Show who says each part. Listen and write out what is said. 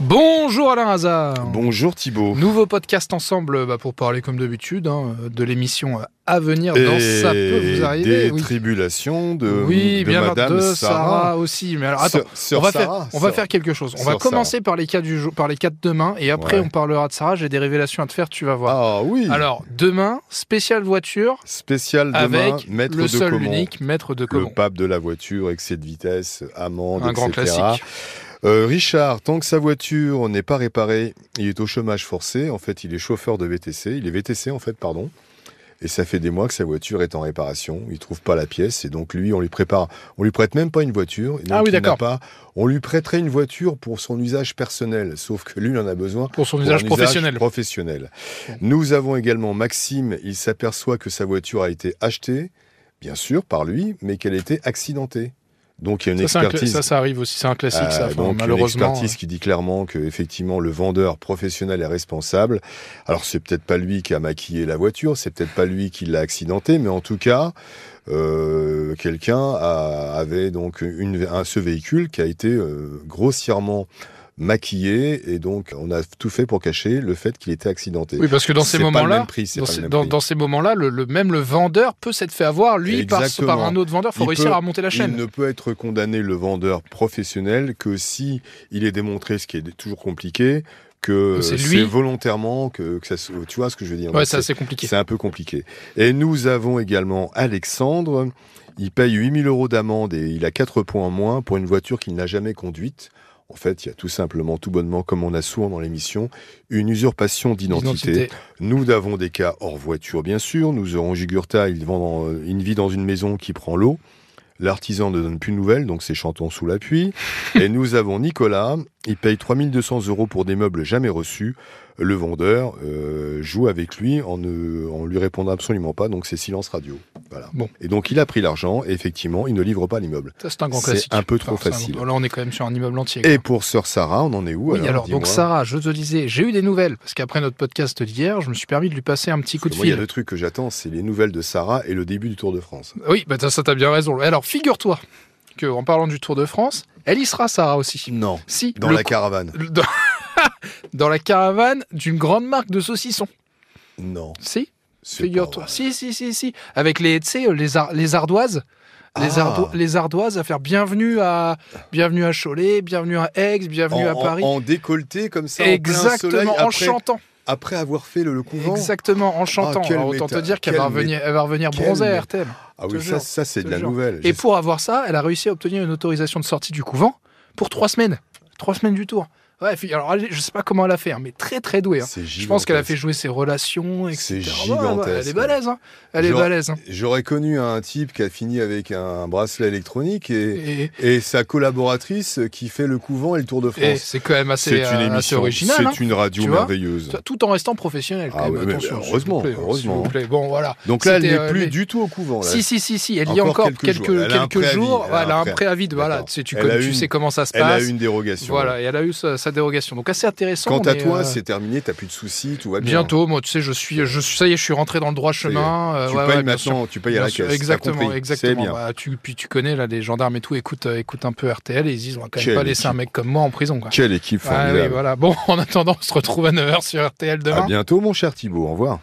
Speaker 1: Bonjour Alain Hazard
Speaker 2: Bonjour Thibaut.
Speaker 1: Nouveau podcast ensemble bah, pour parler comme d'habitude hein, de l'émission à venir dans
Speaker 2: Et
Speaker 1: Ça peut vous arriver.
Speaker 2: Des
Speaker 1: oui.
Speaker 2: tribulations de,
Speaker 1: Oui,
Speaker 2: de
Speaker 1: bien
Speaker 2: Madame
Speaker 1: de
Speaker 2: Sarah.
Speaker 1: Sarah aussi. Mais alors attends,
Speaker 2: Sœur- sœur
Speaker 1: on va,
Speaker 2: Sarah,
Speaker 1: faire, on va
Speaker 2: sœur.
Speaker 1: faire quelque chose. On va
Speaker 2: Sœur Sarah.
Speaker 1: commencer par les quatre du jour, par les quatre demain, et après
Speaker 2: Ouais.
Speaker 1: on parlera de Sarah. J'ai des révélations à te faire, tu vas voir.
Speaker 2: Ah oui.
Speaker 1: Alors demain, spécial voiture
Speaker 2: Spécial demain,
Speaker 1: avec
Speaker 2: maître
Speaker 1: le
Speaker 2: de
Speaker 1: seul
Speaker 2: Caumont.
Speaker 1: unique maître de
Speaker 2: Le
Speaker 1: Caumont.
Speaker 2: pape de la voiture, excès de vitesse, amende,
Speaker 1: Un grand
Speaker 2: etc..
Speaker 1: classique.
Speaker 2: Euh, Richard, tant que sa voiture n'est pas réparée, il est au chômage forcé. En fait, il est chauffeur de VTC. Il est VTC, en fait, pardon. Et ça fait des mois que sa voiture est en réparation. Il trouve pas la pièce. Et donc, lui, on lui prépare. On lui prête même pas une voiture. Et donc,
Speaker 1: Ah oui,
Speaker 2: il n'a
Speaker 1: d'accord.
Speaker 2: pas- On lui prêterait une voiture pour son usage personnel. Sauf que lui, il en a besoin
Speaker 1: Pour son
Speaker 2: pour
Speaker 1: usage
Speaker 2: un
Speaker 1: professionnel.
Speaker 2: professionnel. Nous avons également Maxime. Il s'aperçoit que sa voiture a été achetée, bien sûr, par lui, mais qu'elle était accidentée. Donc il y a une
Speaker 1: Ça, c'est un cla-
Speaker 2: expertise.
Speaker 1: ça, ça arrive aussi. C'est un classique, ça.
Speaker 2: Euh,
Speaker 1: Enfin,
Speaker 2: donc, une
Speaker 1: malheureusement.
Speaker 2: expertise qui dit clairement que effectivement le vendeur professionnel est responsable. Alors c'est peut-être pas lui qui a maquillé la voiture, c'est peut-être pas lui qui l'a accidenté, mais en tout cas euh, quelqu'un a- avait donc une, un- ce véhicule qui a été euh, grossièrement maquillé et donc on a tout fait pour cacher le fait qu'il était accidenté.
Speaker 1: Oui, parce que dans ces
Speaker 2: C'est pas le
Speaker 1: moments-là,
Speaker 2: même prix, c'est
Speaker 1: dans,
Speaker 2: pas le
Speaker 1: ces-
Speaker 2: même
Speaker 1: dans-
Speaker 2: prix.
Speaker 1: dans ces moments-là, le, le- même le vendeur peut s'être fait avoir lui par,
Speaker 2: Exactement.
Speaker 1: par un autre vendeur. Faut
Speaker 2: Il
Speaker 1: réussir
Speaker 2: peut-
Speaker 1: à remonter la chaîne.
Speaker 2: Il ne peut être condamné le vendeur professionnel que si il est démontré, ce qui est toujours compliqué, que
Speaker 1: Que c'est
Speaker 2: c'est
Speaker 1: lui.
Speaker 2: volontairement, que, que ça, se- tu vois ce que je veux dire.
Speaker 1: Ouais,
Speaker 2: Donc,
Speaker 1: ça
Speaker 2: c'est
Speaker 1: c'est compliqué.
Speaker 2: c'est un peu compliqué. Et nous avons également Alexandre. Il paye 8000 euros d'amende et il a 4 points en moins pour une voiture qu'il n'a jamais conduite. En fait, il y a tout simplement, tout bonnement, comme on a souvent dans l'émission, une usurpation d'identité.
Speaker 1: Identité.
Speaker 2: Nous avons des cas hors voiture, bien sûr. Nous aurons Jugurta, il, vend dans- il vit dans une maison qui prend l'eau. L'artisan ne donne plus de nouvelles, donc c'est chanton sous la pluie. Et nous avons Nicolas, il paye 3200 euros pour des meubles jamais reçus. Le vendeur euh, joue avec lui en ne en lui répondant absolument pas, donc c'est silence radio. Voilà.
Speaker 1: Bon.
Speaker 2: Et donc il a pris l'argent, et effectivement, il ne livre pas l'immeuble.
Speaker 1: Ça c'est un grand
Speaker 2: C'est
Speaker 1: classique.
Speaker 2: un peu trop
Speaker 1: c'est un-
Speaker 2: facile.
Speaker 1: Là on est quand même sur un immeuble entier. quoi.
Speaker 2: Et pour Sœur Sarah, on en est où
Speaker 1: oui, alors donc
Speaker 2: Dis-moi.
Speaker 1: Sarah, je te disais, j'ai eu des nouvelles parce qu'après notre podcast d'hier, je me suis permis de lui passer un petit coup de
Speaker 2: Moi, il y a
Speaker 1: fil.
Speaker 2: deux trucs que j'attends, c'est les nouvelles de Sarah et le début du Tour de France.
Speaker 1: Oui, bah ça ça, t'as bien raison. Alors figure-toi que en parlant du Tour de France, elle y sera Sarah aussi.
Speaker 2: Non,
Speaker 1: Si
Speaker 2: dans
Speaker 1: le
Speaker 2: la
Speaker 1: co-
Speaker 2: caravane.
Speaker 1: le- dans- dans la caravane d'une grande marque de saucissons.
Speaker 2: Non.
Speaker 1: Si
Speaker 2: c'est pas
Speaker 1: Figure-toi.
Speaker 2: vrai.
Speaker 1: Si, si, si, si. Avec les, tu sais, euh, les, ar- les ardoises. Les,
Speaker 2: Ah.
Speaker 1: ardo- les ardoises à faire bienvenue à, bienvenue à Cholet, bienvenue à Aix, bienvenue à
Speaker 2: en, en-
Speaker 1: Paris.
Speaker 2: en décolleté comme ça, en plein soleil,
Speaker 1: Exactement, en
Speaker 2: après,
Speaker 1: chantant.
Speaker 2: après avoir fait le, le couvent. Ah,
Speaker 1: Exactement, en chantant.
Speaker 2: quel
Speaker 1: Alors, autant
Speaker 2: métal,
Speaker 1: te dire qu'elle
Speaker 2: quel
Speaker 1: va revenir, elle va revenir
Speaker 2: quel
Speaker 1: bronzée à
Speaker 2: mé-
Speaker 1: RTL.
Speaker 2: Ah
Speaker 1: te
Speaker 2: oui,
Speaker 1: jure,
Speaker 2: ça, ça c'est de
Speaker 1: te
Speaker 2: la
Speaker 1: jure.
Speaker 2: nouvelle.
Speaker 1: Et pour avoir ça, elle a réussi à obtenir une autorisation de sortie du couvent pour trois semaines. Trois semaines du tour. Ouais, fi- alors elle- je sais pas comment elle a fait, hein, mais très très douée. hein.
Speaker 2: C'est
Speaker 1: Je pense qu'elle a fait
Speaker 2: gigantesque.
Speaker 1: jouer ses relations, etc.
Speaker 2: C'est
Speaker 1: Ouais, ouais, elle est
Speaker 2: gigantesque.
Speaker 1: balèze. hein. Elle est
Speaker 2: Genre-
Speaker 1: balèze. hein.
Speaker 2: J'aurais connu un type qui a fini avec un bracelet électronique et,
Speaker 1: Et-
Speaker 2: et sa collaboratrice qui fait le couvent et le Tour de
Speaker 1: Et
Speaker 2: France.
Speaker 1: c'est quand même assez,
Speaker 2: C'est
Speaker 1: euh,
Speaker 2: une
Speaker 1: assez
Speaker 2: émission,
Speaker 1: original, hein.
Speaker 2: c'est une radio
Speaker 1: Tu vois
Speaker 2: merveilleuse.
Speaker 1: tout en restant professionnel. Quand
Speaker 2: Ah
Speaker 1: même.
Speaker 2: ouais, mais
Speaker 1: Attention, s'il vous
Speaker 2: heureusement,
Speaker 1: plaît, s'il
Speaker 2: heureusement.
Speaker 1: vous plaît. Bon, voilà.
Speaker 2: Donc là, elle
Speaker 1: C'était,
Speaker 2: n'est
Speaker 1: euh,
Speaker 2: plus
Speaker 1: mais-
Speaker 2: du tout au couvent. là.
Speaker 1: Si, si, si, si, elle y a encore,
Speaker 2: Encore
Speaker 1: quelques,
Speaker 2: quelques
Speaker 1: quelques jours.
Speaker 2: jours. Elle a un préavis,
Speaker 1: Elle a, un préavis, de,
Speaker 2: D'accord.
Speaker 1: voilà, tu sais, tu,
Speaker 2: Elle
Speaker 1: connais-
Speaker 2: a
Speaker 1: tu
Speaker 2: une-
Speaker 1: sais comment ça se
Speaker 2: Elle a
Speaker 1: passe.
Speaker 2: eu une dérogation.
Speaker 1: voilà, et elle a eu sa, sa dérogation. Donc assez intéressant.
Speaker 2: Quant
Speaker 1: on
Speaker 2: à
Speaker 1: est,
Speaker 2: toi,
Speaker 1: euh,
Speaker 2: c'est terminé, t'as plus de soucis, tout va bien.
Speaker 1: Bientôt, moi, tu sais, je suis, je suis, ça y est, je suis rentré dans le droit chemin. euh,
Speaker 2: Tu
Speaker 1: ouais,
Speaker 2: payes
Speaker 1: ouais, bien sûr.
Speaker 2: maintenant, tu payes à
Speaker 1: Bien
Speaker 2: la
Speaker 1: sûr,
Speaker 2: caisse. T'as
Speaker 1: exactement,
Speaker 2: compris.
Speaker 1: exactement.
Speaker 2: C'est bien.
Speaker 1: Bah, tu, puis tu connais là, les gendarmes et tout, écoute, euh, écoute un peu RTL et ils se disent on va quand même
Speaker 2: Quelle
Speaker 1: pas laisser un
Speaker 2: équipe.
Speaker 1: mec comme moi en prison. Quoi.
Speaker 2: Quelle équipe
Speaker 1: Ah oui,
Speaker 2: formidable.
Speaker 1: voilà. Bon, en attendant, on se retrouve à 9h sur RTL demain.
Speaker 2: À bientôt, mon cher Thibault. Au revoir.